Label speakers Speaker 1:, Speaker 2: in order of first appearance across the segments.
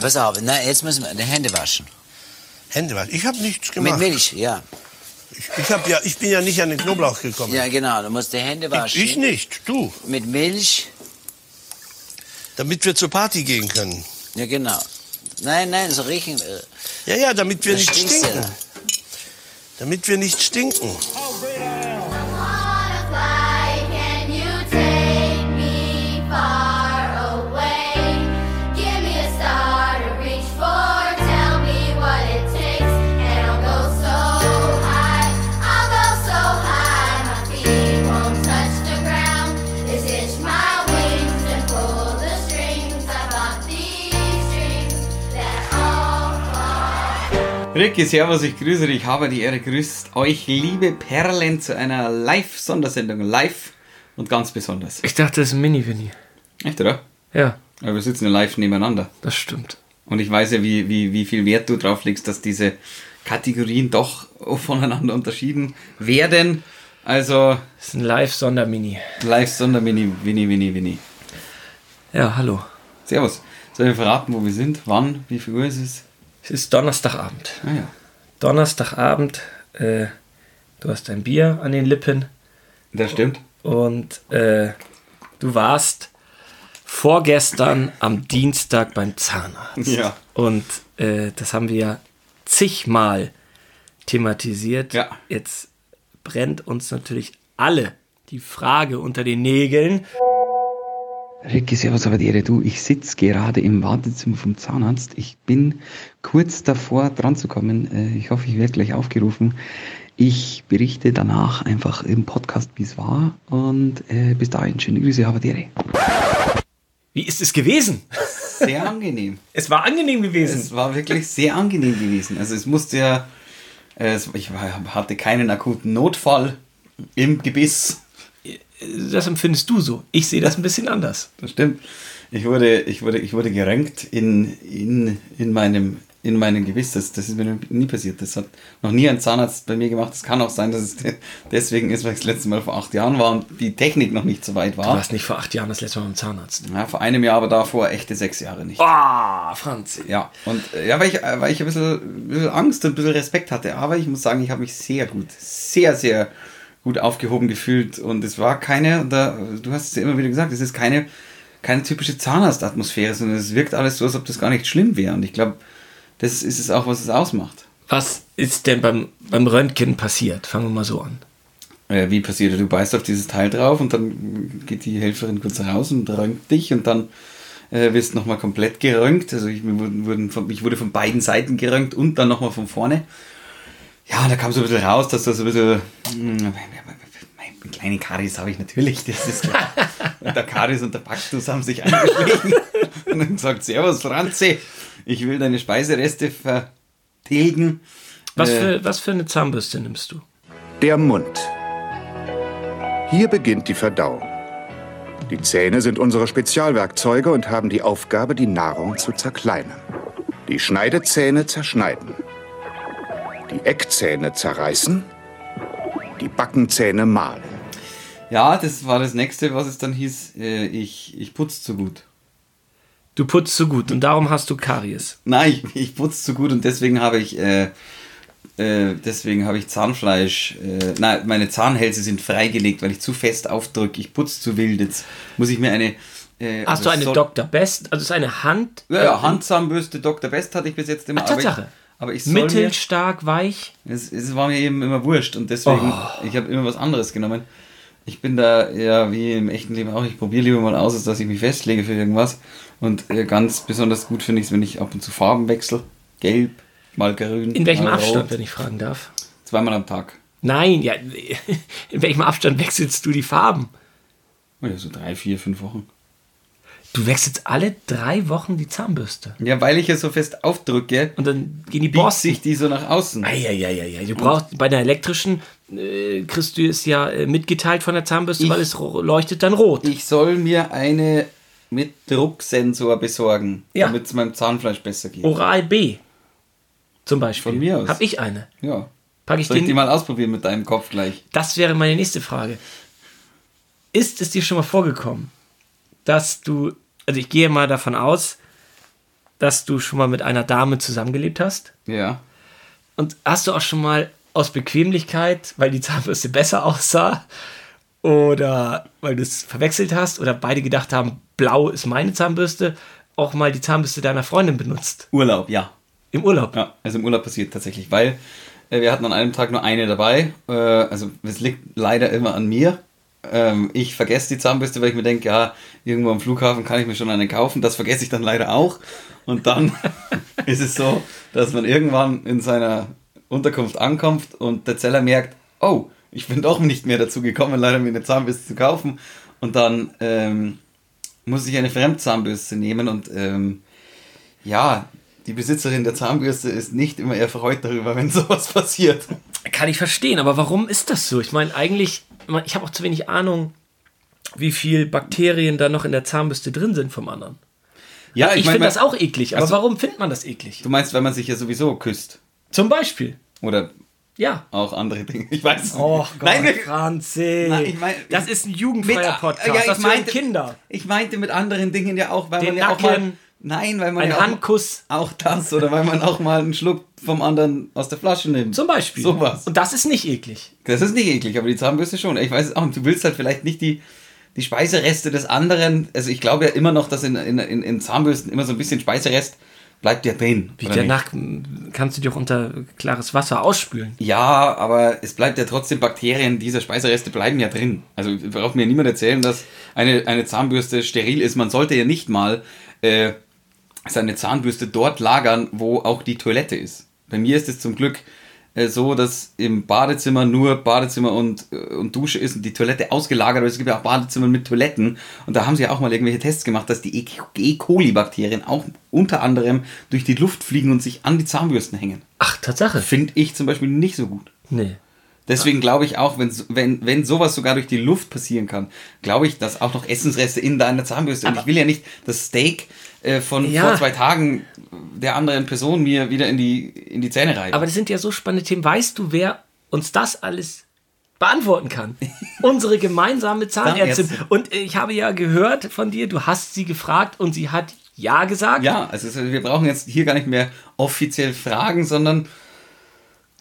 Speaker 1: Pass auf, na, jetzt müssen wir die Hände waschen.
Speaker 2: Hände waschen. Ich habe nichts
Speaker 1: Mit
Speaker 2: gemacht.
Speaker 1: Milch, ja.
Speaker 2: Ich, ich, hab ja, ich bin ja nicht an den Knoblauch gekommen.
Speaker 1: Ja, genau, du musst die Hände waschen.
Speaker 2: Ich nicht, du.
Speaker 1: Mit Milch,
Speaker 2: Damit wir zur Party gehen können.
Speaker 1: ja, genau. Nein, nein, so riechen. äh,
Speaker 2: Ja, ja, damit wir
Speaker 1: Da
Speaker 2: nicht
Speaker 1: stinkst du.
Speaker 2: stinken. Damit wir nicht stinken.
Speaker 3: My wings and pull the strings. I bought these dreams that all
Speaker 4: Ricky, Servus, ich grüße dich, habe die Ehre, grüßt euch, liebe Perlen, zu einer Live-Sondersendung. Live und ganz besonders.
Speaker 5: Ich dachte, das ist ein Mini-Winnie.
Speaker 4: Echt, oder?
Speaker 5: Ja,
Speaker 4: Aber wir sitzen ja live nebeneinander.
Speaker 5: das stimmt.
Speaker 4: Und ich weiß ja, wie, wie, wie viel Wert du drauf legst, dass diese Kategorien doch voneinander unterschieden werden. Also
Speaker 5: Das ist ein Live-Sonder-Mini.
Speaker 4: Live-Sonder-Mini, Winnie, Winnie, Winnie.
Speaker 5: Ja, hallo.
Speaker 4: Servus. Sollen wir verraten, wo wir sind? Wann? Wie viel Uhr ist es?
Speaker 5: Es ist Donnerstagabend.
Speaker 4: Ah ja.
Speaker 5: Donnerstagabend, äh, du hast ein Bier an den Lippen
Speaker 4: Das stimmt.
Speaker 5: und äh, du warst vorgestern am Dienstag beim Zahnarzt.
Speaker 4: Ja.
Speaker 5: Und äh, das haben wir ja zigmal thematisiert.
Speaker 4: Ja.
Speaker 5: Jetzt brennt uns natürlich alle die Frage unter den Nägeln.
Speaker 6: Ricky, servus, aber die Ehre, du, ich sitze gerade im Wartezimmer vom Zahnarzt. Ich bin kurz davor, dran zu kommen. Äh, Ich hoffe, ich werde gleich aufgerufen. Ich berichte danach einfach im Podcast, wie es war. Und äh, bis dahin, schöne Grüße, aber die Ehre.
Speaker 5: Wie ist es gewesen?
Speaker 4: Sehr angenehm.
Speaker 5: Es war angenehm gewesen.
Speaker 4: Es war wirklich sehr angenehm gewesen. Also es musste ja, äh, es, ich war- hatte keinen akuten Notfall im Gebiss.
Speaker 5: das empfindest du so. Ich sehe das ein bisschen anders.
Speaker 4: Das stimmt. Ich wurde, ich wurde, ich wurde gerenkt in, in, in, meinem, in meinem Gebiss. Das, das ist mir noch nie passiert. Das hat noch nie ein Zahnarzt bei mir gemacht. Es kann auch sein, dass es deswegen ist, weil ich das letzte Mal vor acht Jahren war und die Technik noch nicht so weit
Speaker 5: Du
Speaker 4: war.
Speaker 5: warst nicht vor acht Jahren das letzte Mal beim Zahnarzt.
Speaker 4: Ja, vor einem Jahr, aber davor echte sechs Jahre nicht.
Speaker 5: Ah, Franz.
Speaker 4: Ja, und äh, ja, weil ich, äh, weil ich ein, bisschen, ein bisschen Angst und ein bisschen Respekt hatte. Aber ich muss sagen, ich habe mich sehr gut, sehr, sehr gut aufgehoben gefühlt. Und es war keine, und da, du hast es ja immer wieder gesagt, es ist keine, keine typische Zahnarztatmosphäre, sondern es wirkt alles so, als ob das gar nicht schlimm wäre. Und ich glaube, das ist es auch, was es ausmacht.
Speaker 5: Was ist denn beim, beim Röntgen passiert? Fangen wir mal so an.
Speaker 4: Äh, wie passiert? Du beißt auf dieses Teil drauf und dann geht die Helferin kurz raus und röntgt dich und dann äh, wirst nochmal komplett geröntgt. Also ich, mir wurden, wurden von, ich wurde von beiden Seiten geröntgt und dann nochmal von vorne. Ja, da kam so ein bisschen raus, dass das so ein bisschen. hm, Mh, meine kleine Karies habe ich natürlich, das ist klar. Und der Karies und der Baktus haben sich eingeschlichen und dann gesagt: Servus, Franzi, ich will deine Speisereste vertilgen.
Speaker 5: Was,
Speaker 4: Äh.
Speaker 5: für, was für eine Zahnbürste nimmst du?
Speaker 7: Der Mund. Hier beginnt die Verdauung. Die Zähne sind unsere Spezialwerkzeuge und haben die Aufgabe, die Nahrung zu zerkleinern. Die Schneidezähne zerschneiden. Die Eckzähne zerreißen. Die Backenzähne mahlen.
Speaker 4: Ja, das war das nächste, was es dann hieß. Äh, ich, ich putz zu gut.
Speaker 5: Du putzt so gut und darum hast du Karies.
Speaker 4: Nein, ich, ich putz zu gut und deswegen habe ich, äh, äh, deswegen habe ich Zahnfleisch. Äh, nein, meine Zahnhälse sind freigelegt, weil ich zu fest aufdrücke. Ich putz zu wild. Jetzt muss ich mir eine. Äh,
Speaker 5: Hast du eine
Speaker 4: soll-
Speaker 5: Dr. Best? Also ist eine Hand.
Speaker 4: Ja, ja, Handzahnbürste Dr. Best hatte ich bis jetzt immer.
Speaker 5: Ah,
Speaker 4: aber ich-
Speaker 5: Tatsache.
Speaker 4: Aber ich soll mir,
Speaker 5: Mittelstark, weich.
Speaker 4: es, es war mir eben immer wurscht und deswegen,
Speaker 5: Oh.
Speaker 4: ich habe immer was anderes genommen. Ich bin da ja wie im echten Leben auch, ich probiere lieber mal aus, als dass ich mich festlege für irgendwas. Und äh, ganz besonders gut finde ich es, wenn ich ab und zu Farben wechsle. Gelb, mal grün.
Speaker 5: In welchem
Speaker 4: mal
Speaker 5: Abstand,
Speaker 4: Rot.
Speaker 5: wenn ich fragen darf?
Speaker 4: Zweimal am Tag.
Speaker 5: Nein, ja. In welchem Abstand wechselst du die Farben?
Speaker 4: Oh Ja, so drei, vier, fünf Wochen.
Speaker 5: Du wechselst alle drei Wochen die Zahnbürste.
Speaker 4: Ja, weil ich ja so fest aufdrücke,
Speaker 5: Und dann gehen die
Speaker 4: biegt
Speaker 5: Borsten
Speaker 4: sich die so nach außen.
Speaker 5: Eieieiei, du brauchst bei der elektrischen, äh, kriegst du es ja äh, mitgeteilt von der Zahnbürste,
Speaker 4: Ich-
Speaker 5: weil es ro- leuchtet dann rot.
Speaker 4: Ich soll mir eine mit Drucksensor besorgen,
Speaker 5: Ja. Oh.
Speaker 4: damit es meinem Zahnfleisch besser geht.
Speaker 5: Oral B zum Beispiel.
Speaker 4: Von mir aus.
Speaker 5: Hab ich eine.
Speaker 4: Ja.
Speaker 5: Pack ich
Speaker 4: Soll ich die
Speaker 5: den,
Speaker 4: mal ausprobieren mit deinem Kopf gleich?
Speaker 5: das wäre meine nächste Frage. Ist es dir schon mal vorgekommen, dass du, also ich gehe mal davon aus, dass du schon mal mit einer Dame zusammengelebt hast?
Speaker 4: Ja.
Speaker 5: Und hast du auch schon mal aus Bequemlichkeit, weil die Zahnbürste besser aussah oder weil du es verwechselt hast oder beide gedacht haben, blau ist meine Zahnbürste, auch mal die Zahnbürste deiner Freundin benutzt?
Speaker 4: Urlaub, ja.
Speaker 5: Im Urlaub?
Speaker 4: Ja, also im Urlaub passiert tatsächlich, weil äh, wir hatten an einem Tag nur eine dabei. Äh, also es liegt leider immer an mir. Ähm, ich vergesse die Zahnbürste, weil ich mir denke, ja, irgendwo am Flughafen kann ich mir schon eine kaufen. Das vergesse ich dann leider auch. Und dann ist es so, dass man irgendwann in seiner Unterkunft ankommt und der Zeller merkt, oh, ich bin doch nicht mehr dazu gekommen, leider mir eine Zahnbürste zu kaufen. Und dann ähm, muss ich eine Fremdzahnbürste nehmen und ähm, ja, die Besitzerin der Zahnbürste ist nicht immer erfreut darüber, wenn sowas passiert.
Speaker 5: Kann ich verstehen, aber warum ist das so? Ich meine, eigentlich, man- ich habe auch zu wenig Ahnung, wie viel Bakterien da noch in der Zahnbürste drin sind vom anderen.
Speaker 4: Ja,
Speaker 5: Ich,
Speaker 4: mein,
Speaker 5: finde
Speaker 4: man-
Speaker 5: das auch eklig, aber
Speaker 4: Also-
Speaker 5: warum findet man das eklig?
Speaker 4: Du meinst, wenn man sich ja sowieso küsst
Speaker 5: Zum Beispiel,
Speaker 4: oder
Speaker 5: ja.
Speaker 4: auch andere Dinge. Ich weiß es
Speaker 5: Oh
Speaker 4: nicht.
Speaker 5: Gott,
Speaker 4: Nein, wir-
Speaker 5: Franzi.
Speaker 4: Nein, ich mein-
Speaker 5: das ist ein
Speaker 4: mit-
Speaker 5: jugendfreier Podcast.
Speaker 4: ja, ich
Speaker 5: das
Speaker 4: meinte
Speaker 5: meinte, Kinder.
Speaker 4: Ich meinte mit anderen Dingen ja auch, weil
Speaker 5: Den
Speaker 4: man ja auch
Speaker 5: Nacken,
Speaker 4: mal Nein, weil man
Speaker 5: Ein
Speaker 4: ja auch,
Speaker 5: Handkuss
Speaker 4: auch das oder weil man auch mal einen Schluck vom anderen aus der Flasche nimmt.
Speaker 5: zum Beispiel.
Speaker 4: Sowas.
Speaker 5: Und das ist nicht eklig.
Speaker 4: Das ist nicht eklig, aber die Zahnbürste schon. Ich weiß es auch. Du willst halt vielleicht nicht die, die Speisereste des anderen. Also ich glaube ja immer noch, dass in, in, in, in Zahnbürsten immer so ein bisschen Speiserest bleibt ja drin.
Speaker 5: Wie
Speaker 4: oder nicht?
Speaker 5: danach m, kannst du dich auch unter klares Wasser ausspülen.
Speaker 4: Ja, aber es bleibt ja trotzdem Bakterien dieser Speisereste bleiben ja drin. Also braucht mir niemand erzählen, dass eine, eine Zahnbürste steril ist. Man sollte ja nicht mal äh, seine Zahnbürste dort lagern, wo auch die Toilette ist. Bei mir ist es zum Glück äh, so, dass im Badezimmer nur Badezimmer und, äh, und Dusche ist und die Toilette ausgelagert ist. Es gibt ja auch Badezimmer mit Toiletten und da haben sie ja auch mal irgendwelche Tests gemacht, dass die E. E. coli-Bakterien auch unter anderem durch die Luft fliegen und sich an die Zahnbürsten hängen.
Speaker 5: Ach, Tatsache.
Speaker 4: Finde ich zum Beispiel nicht so gut.
Speaker 5: Nee.
Speaker 4: Deswegen glaube ich auch, wenn, so- wenn, wenn sowas sogar durch die Luft passieren kann, glaube ich, dass auch noch Essensreste in deiner Zahnbürste. Und ich will ja nicht das Steak äh, von
Speaker 5: Ja.
Speaker 4: vor zwei Tagen der anderen Person mir wieder in die, in die Zähne reiben.
Speaker 5: Aber das sind ja so spannende Themen. Weißt du, wer uns das alles beantworten kann? Unsere gemeinsame Zahnärztin.
Speaker 4: Zahnärztin.
Speaker 5: Und äh, ich habe ja gehört von dir, du hast sie gefragt und sie hat ja gesagt.
Speaker 4: ja, also es- wir brauchen jetzt hier gar nicht mehr offiziell fragen, sondern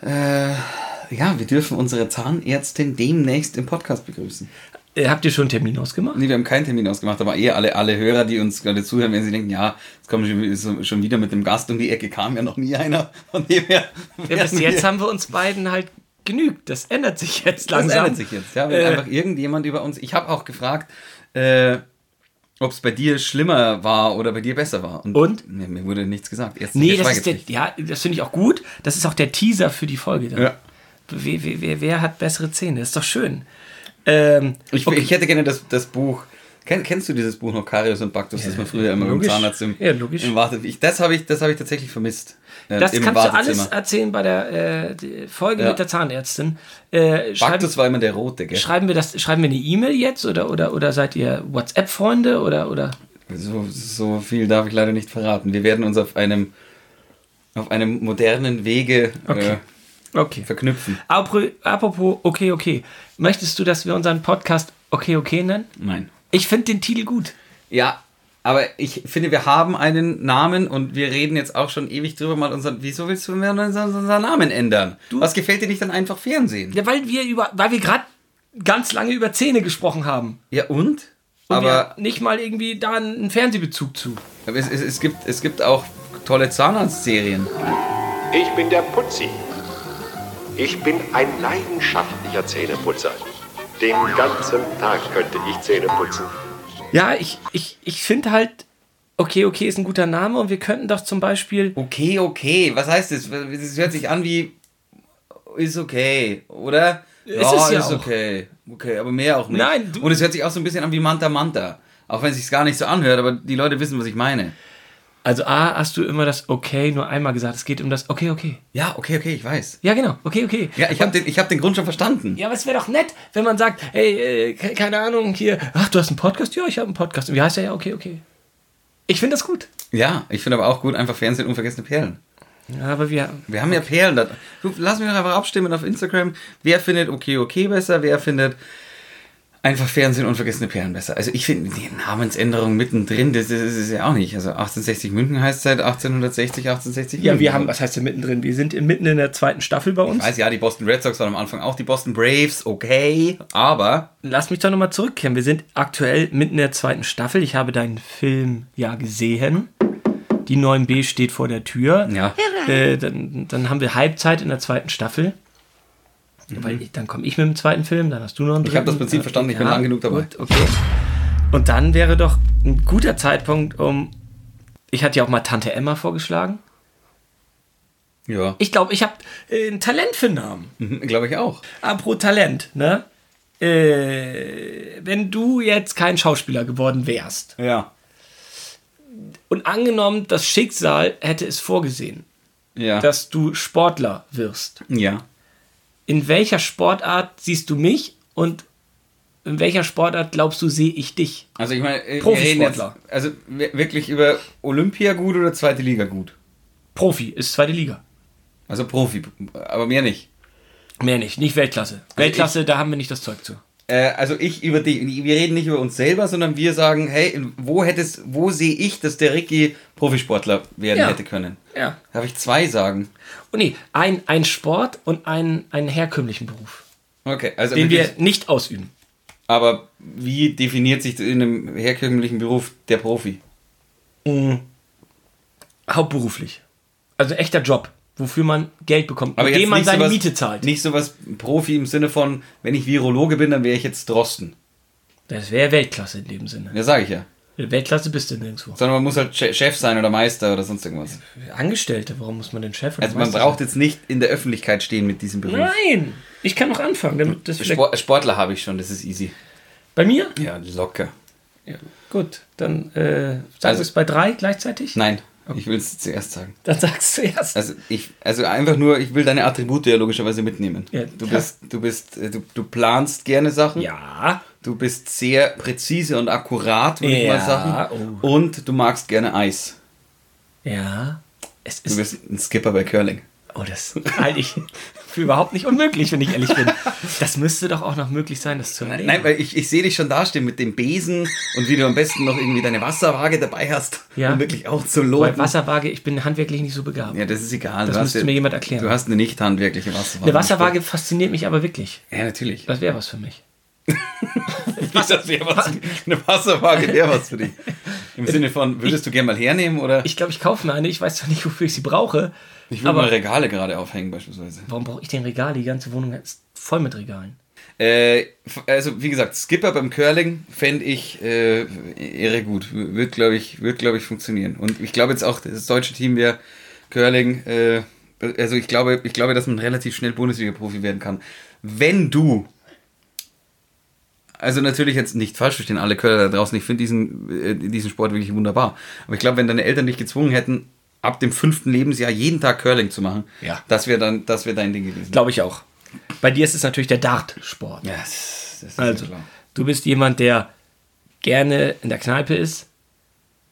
Speaker 4: äh, ja, wir dürfen unsere Zahnärztin demnächst im Podcast begrüßen.
Speaker 5: Äh, habt ihr schon einen Termin ausgemacht?
Speaker 4: Nee, wir haben keinen Termin ausgemacht, aber eher alle, alle Hörer, die uns gerade zuhören, wenn sie denken, ja, jetzt kommen wir schon- schon wieder mit dem Gast um die Ecke, kam ja noch nie einer. Von dem her.
Speaker 5: Ja, bis
Speaker 4: werden
Speaker 5: jetzt
Speaker 4: wir-
Speaker 5: haben wir uns beiden halt genügt. Das ändert sich jetzt
Speaker 4: das
Speaker 5: langsam.
Speaker 4: ändert sich jetzt, ja, wenn
Speaker 5: Äh.
Speaker 4: einfach irgendjemand über uns. Ich habe auch gefragt, äh, ob es bei dir schlimmer war oder bei dir besser war.
Speaker 5: Und?
Speaker 4: Nee, mir wurde nichts gesagt. Erst
Speaker 5: Nee, das ist der,
Speaker 4: Schweigepflicht.
Speaker 5: ja, das finde ich auch gut. Das ist auch der Teaser für die Folge. Dann.
Speaker 4: Ja.
Speaker 5: Wer, wer, wer, wer hat bessere Zähne? Das ist doch schön. Ähm,
Speaker 4: ich, ich hätte gerne das, das Buch. Kenn, kennst du dieses Buch noch, Karius und Baktus, das man früher immer
Speaker 5: logisch.
Speaker 4: im Zahnarzt im,
Speaker 5: Ja, logisch.
Speaker 4: im Wartet. Ich, das habe ich, das hab ich tatsächlich vermisst. äh,
Speaker 5: das
Speaker 4: im
Speaker 5: kannst du alles
Speaker 4: Wartezimmer.
Speaker 5: erzählen bei der äh, die Folge
Speaker 4: Ja.
Speaker 5: mit der Zahnärztin. Äh, schreiben,
Speaker 4: Baktus war immer der Rote, gell?
Speaker 5: schreiben, wir das, schreiben wir eine E-Mail jetzt oder, oder, oder seid ihr WhatsApp-Freunde oder, oder?
Speaker 4: So, so viel darf ich leider nicht verraten. Wir werden uns auf einem, auf einem modernen Wege
Speaker 5: Okay. Okay.
Speaker 4: äh, verknüpfen.
Speaker 5: Apro- Apropos, okay, okay. Möchtest du, dass wir unseren Podcast okay, okay nennen?
Speaker 4: Nein.
Speaker 5: Ich finde den Titel gut.
Speaker 4: Ja, aber ich finde, wir haben einen Namen und wir reden jetzt auch schon ewig drüber mal unseren. Wieso willst du mir unseren, unseren Namen ändern? Was gefällt dir nicht an einfach Fernsehen?
Speaker 5: Ja, weil wir über, weil wir gerade ganz lange über Zähne gesprochen haben.
Speaker 4: Ja, und?
Speaker 5: Und
Speaker 4: aber
Speaker 5: wir nicht mal irgendwie da einen Fernsehbezug zu.
Speaker 4: aber es, es, es, gibt, es gibt auch tolle Zahnarztserien.
Speaker 8: Ich bin der Putzi. Ich bin ein leidenschaftlicher Zähneputzer. Den ganzen Tag könnte ich Zähne putzen.
Speaker 5: Ja, ich, ich, ich finde halt, okay, okay ist ein guter Name und wir könnten doch zum Beispiel.
Speaker 4: Okay, okay. Was heißt das? Es hört sich an wie ist okay, oder?
Speaker 5: Ist es ja auch.
Speaker 4: okay. Okay, aber mehr auch nicht.
Speaker 5: Nein, du-
Speaker 4: Und es hört sich auch so ein bisschen an wie Manta Manta. Auch wenn es sich gar nicht so anhört, aber die Leute wissen, was ich meine.
Speaker 5: Also A, hast du immer das okay nur einmal gesagt. Es geht um das okay, okay.
Speaker 4: Ja, okay, okay, ich weiß.
Speaker 5: Ja, genau, okay, okay.
Speaker 4: Ja, ich habe den, ich hab den Grund schon verstanden.
Speaker 5: Ja, aber es wäre doch nett, wenn man sagt, hey, äh, ke- keine Ahnung, hier, ach, du hast einen Podcast? Ja, ich habe einen Podcast. Und Wie heißt der? Ja, okay, okay. Ich finde das gut.
Speaker 4: Ja, ich finde aber auch gut, einfach Fernsehen unvergessene Perlen.
Speaker 5: Ja, aber wir,
Speaker 4: Wir haben ja Perlen. Da. Du, lass mich doch einfach abstimmen auf Instagram. Wer findet okay, okay besser? Wer findet Einfach Fernsehen und vergessene Perlen besser. Also ich finde die Namensänderung mittendrin, das, das ist es ja auch nicht. Also 1860 München heißt seit 1860, 1860
Speaker 5: Ja,
Speaker 4: München.
Speaker 5: wir haben, was heißt denn mittendrin? Wir sind mitten in der zweiten Staffel bei uns.
Speaker 4: Ich weiß ja, die Boston Red Sox waren am Anfang auch die Boston Braves, okay. Aber
Speaker 5: Lass mich doch nochmal zurückkehren. Wir sind aktuell mitten in der zweiten Staffel. Ich habe deinen Film ja gesehen. Die 9b steht vor der Tür.
Speaker 4: Ja.
Speaker 5: Äh, dann, dann haben wir Halbzeit in der zweiten Staffel. Weil ich, dann komme ich mit dem zweiten Film, dann hast du noch einen
Speaker 4: Mhm. Ich hab das
Speaker 5: dritten. Äh,
Speaker 4: Prinzip verstanden, ich bin lang genug dabei.
Speaker 5: Gut, okay. Und dann wäre doch ein guter Zeitpunkt, um. Ich hatte ja auch mal Tante Emma vorgeschlagen.
Speaker 4: ja, Mhm,
Speaker 5: Ich glaube, ich habe äh, ein Talent für Namen.
Speaker 4: glaube ich auch.
Speaker 5: Apro Talent, ne? Äh, wenn du jetzt kein Schauspieler geworden wärst
Speaker 4: Ja.
Speaker 5: und angenommen, das Schicksal hätte es vorgesehen,
Speaker 4: Ja.
Speaker 5: dass du Sportler wirst,
Speaker 4: ja.
Speaker 5: in welcher Sportart siehst du mich und in welcher Sportart glaubst du, sehe ich dich?
Speaker 4: Also ich meine, äh, wir reden jetzt,
Speaker 5: Profisportler.
Speaker 4: also wir- wirklich über Olympia gut oder zweite Liga gut.
Speaker 5: Profi ist zweite Liga.
Speaker 4: Also Profi, aber mehr nicht.
Speaker 5: Mehr nicht, nicht Weltklasse. Weltklasse, da haben wir nicht das Zeug zu.
Speaker 4: Äh, also ich über dich, wir reden nicht über uns selber, sondern wir sagen, hey, in- wo hättest, wo sehe ich, dass der Ricky Profisportler werden
Speaker 5: Ja.
Speaker 4: hätte können?
Speaker 5: Ja.
Speaker 4: Darf ich zwei sagen?
Speaker 5: Oh nee, ein, ein Sport und einen, einen herkömmlichen Beruf,
Speaker 4: Okay, also
Speaker 5: den wir
Speaker 4: wirklich-
Speaker 5: nicht ausüben.
Speaker 4: aber wie definiert sich in einem herkömmlichen Beruf der Profi?
Speaker 5: Hauptberuflich. Also echter Job, wofür man Geld bekommt,
Speaker 4: Aber
Speaker 5: indem man
Speaker 4: nicht
Speaker 5: seine
Speaker 4: sowas-
Speaker 5: Miete zahlt.
Speaker 4: Nicht sowas Profi im Sinne von, wenn ich Virologe bin, dann wäre ich jetzt Drosten.
Speaker 5: Das wäre Weltklasse in dem Sinne.
Speaker 4: Ja, sage ich ja.
Speaker 5: Weltklasse bist du nirgendwo.
Speaker 4: Sondern man muss halt Che- Chef sein oder Meister oder sonst irgendwas.
Speaker 5: Angestellte, warum muss man den Chef? oder
Speaker 4: Also man
Speaker 5: Meister
Speaker 4: braucht jetzt nicht in der Öffentlichkeit stehen mit diesem
Speaker 5: sein?
Speaker 4: Beruf.
Speaker 5: Nein! Ich kann noch anfangen, damit das vielleicht.
Speaker 4: Spor- Sportler habe ich schon, das ist easy.
Speaker 5: Bei mir?
Speaker 4: Ja, locker.
Speaker 5: Gut, dann äh, sagst
Speaker 4: Also-
Speaker 5: du es bei drei gleichzeitig?
Speaker 4: Nein, ich will es zuerst sagen.
Speaker 5: Dann sagst du erst.
Speaker 4: Also ich, also einfach nur, ich will deine Attribute ja logischerweise mitnehmen.
Speaker 5: Ja,
Speaker 4: du
Speaker 5: klar.
Speaker 4: bist, du bist, äh, du, du planst gerne Sachen.
Speaker 5: ja.
Speaker 4: Du bist sehr präzise und akkurat, würde ich
Speaker 5: Ja,
Speaker 4: mal sagen.
Speaker 5: oh.
Speaker 4: Und du magst gerne Eis.
Speaker 5: Ja. Es
Speaker 4: Du
Speaker 5: ist.
Speaker 4: bist ein Skipper bei Curling.
Speaker 5: Oh, das halte ich für überhaupt nicht unmöglich, wenn ich ehrlich bin. Das müsste doch auch noch möglich sein, das zu erleben.
Speaker 4: Nein, weil ich, ich sehe dich schon dastehen mit dem Besen und wie du am besten noch irgendwie deine Wasserwaage dabei hast,
Speaker 5: Ja.
Speaker 4: um wirklich auch zu
Speaker 5: Bei
Speaker 4: loben.
Speaker 5: Wasserwaage, ich bin handwerklich nicht so begabt.
Speaker 4: Ja, das ist egal.
Speaker 5: Das
Speaker 4: Du hast
Speaker 5: müsste
Speaker 4: ja-
Speaker 5: mir jemand erklären.
Speaker 4: Du hast eine nicht handwerkliche Wasserwaage.
Speaker 5: Eine Wasserwaage fasziniert mich aber wirklich.
Speaker 4: Ja, natürlich.
Speaker 5: Das wäre was für mich.
Speaker 4: Nicht, das wäre was. Eine Wasserwaage wäre was für dich. Im Sinne von, würdest du gerne mal hernehmen oder?
Speaker 5: Ich glaube, ich kaufe mir eine. Ich weiß zwar nicht, wofür ich sie brauche.
Speaker 4: Ich würde
Speaker 5: aber
Speaker 4: mal Regale gerade aufhängen beispielsweise.
Speaker 5: warum brauche ich den Regal? Die ganze Wohnung ist voll mit Regalen.
Speaker 4: Äh, f- also wie gesagt, Skipper beim Curling fände ich äh, irre gut. W- Wird, glaube ich, wird, glaube ich, funktionieren. Und ich glaube jetzt auch, das deutsche Team wäre Curling, äh, also ich glaube, ich glaube, dass man relativ schnell Bundesliga-Profi werden kann. Wenn du also natürlich jetzt nicht falsch verstehen, alle Curler da draußen. Ich finde diesen, äh, diesen Sport wirklich wunderbar. Aber ich glaube, wenn deine Eltern dich gezwungen hätten, ab dem fünften Lebensjahr jeden Tag Curling zu machen,
Speaker 5: Ja.
Speaker 4: das wäre dann, das wäre dein Ding gewesen.
Speaker 5: Glaube ich auch. Bei dir ist es natürlich der Dartsport.
Speaker 4: Ja, das, das ist
Speaker 5: also,
Speaker 4: mir klar.
Speaker 5: du bist jemand, der gerne in der Kneipe ist,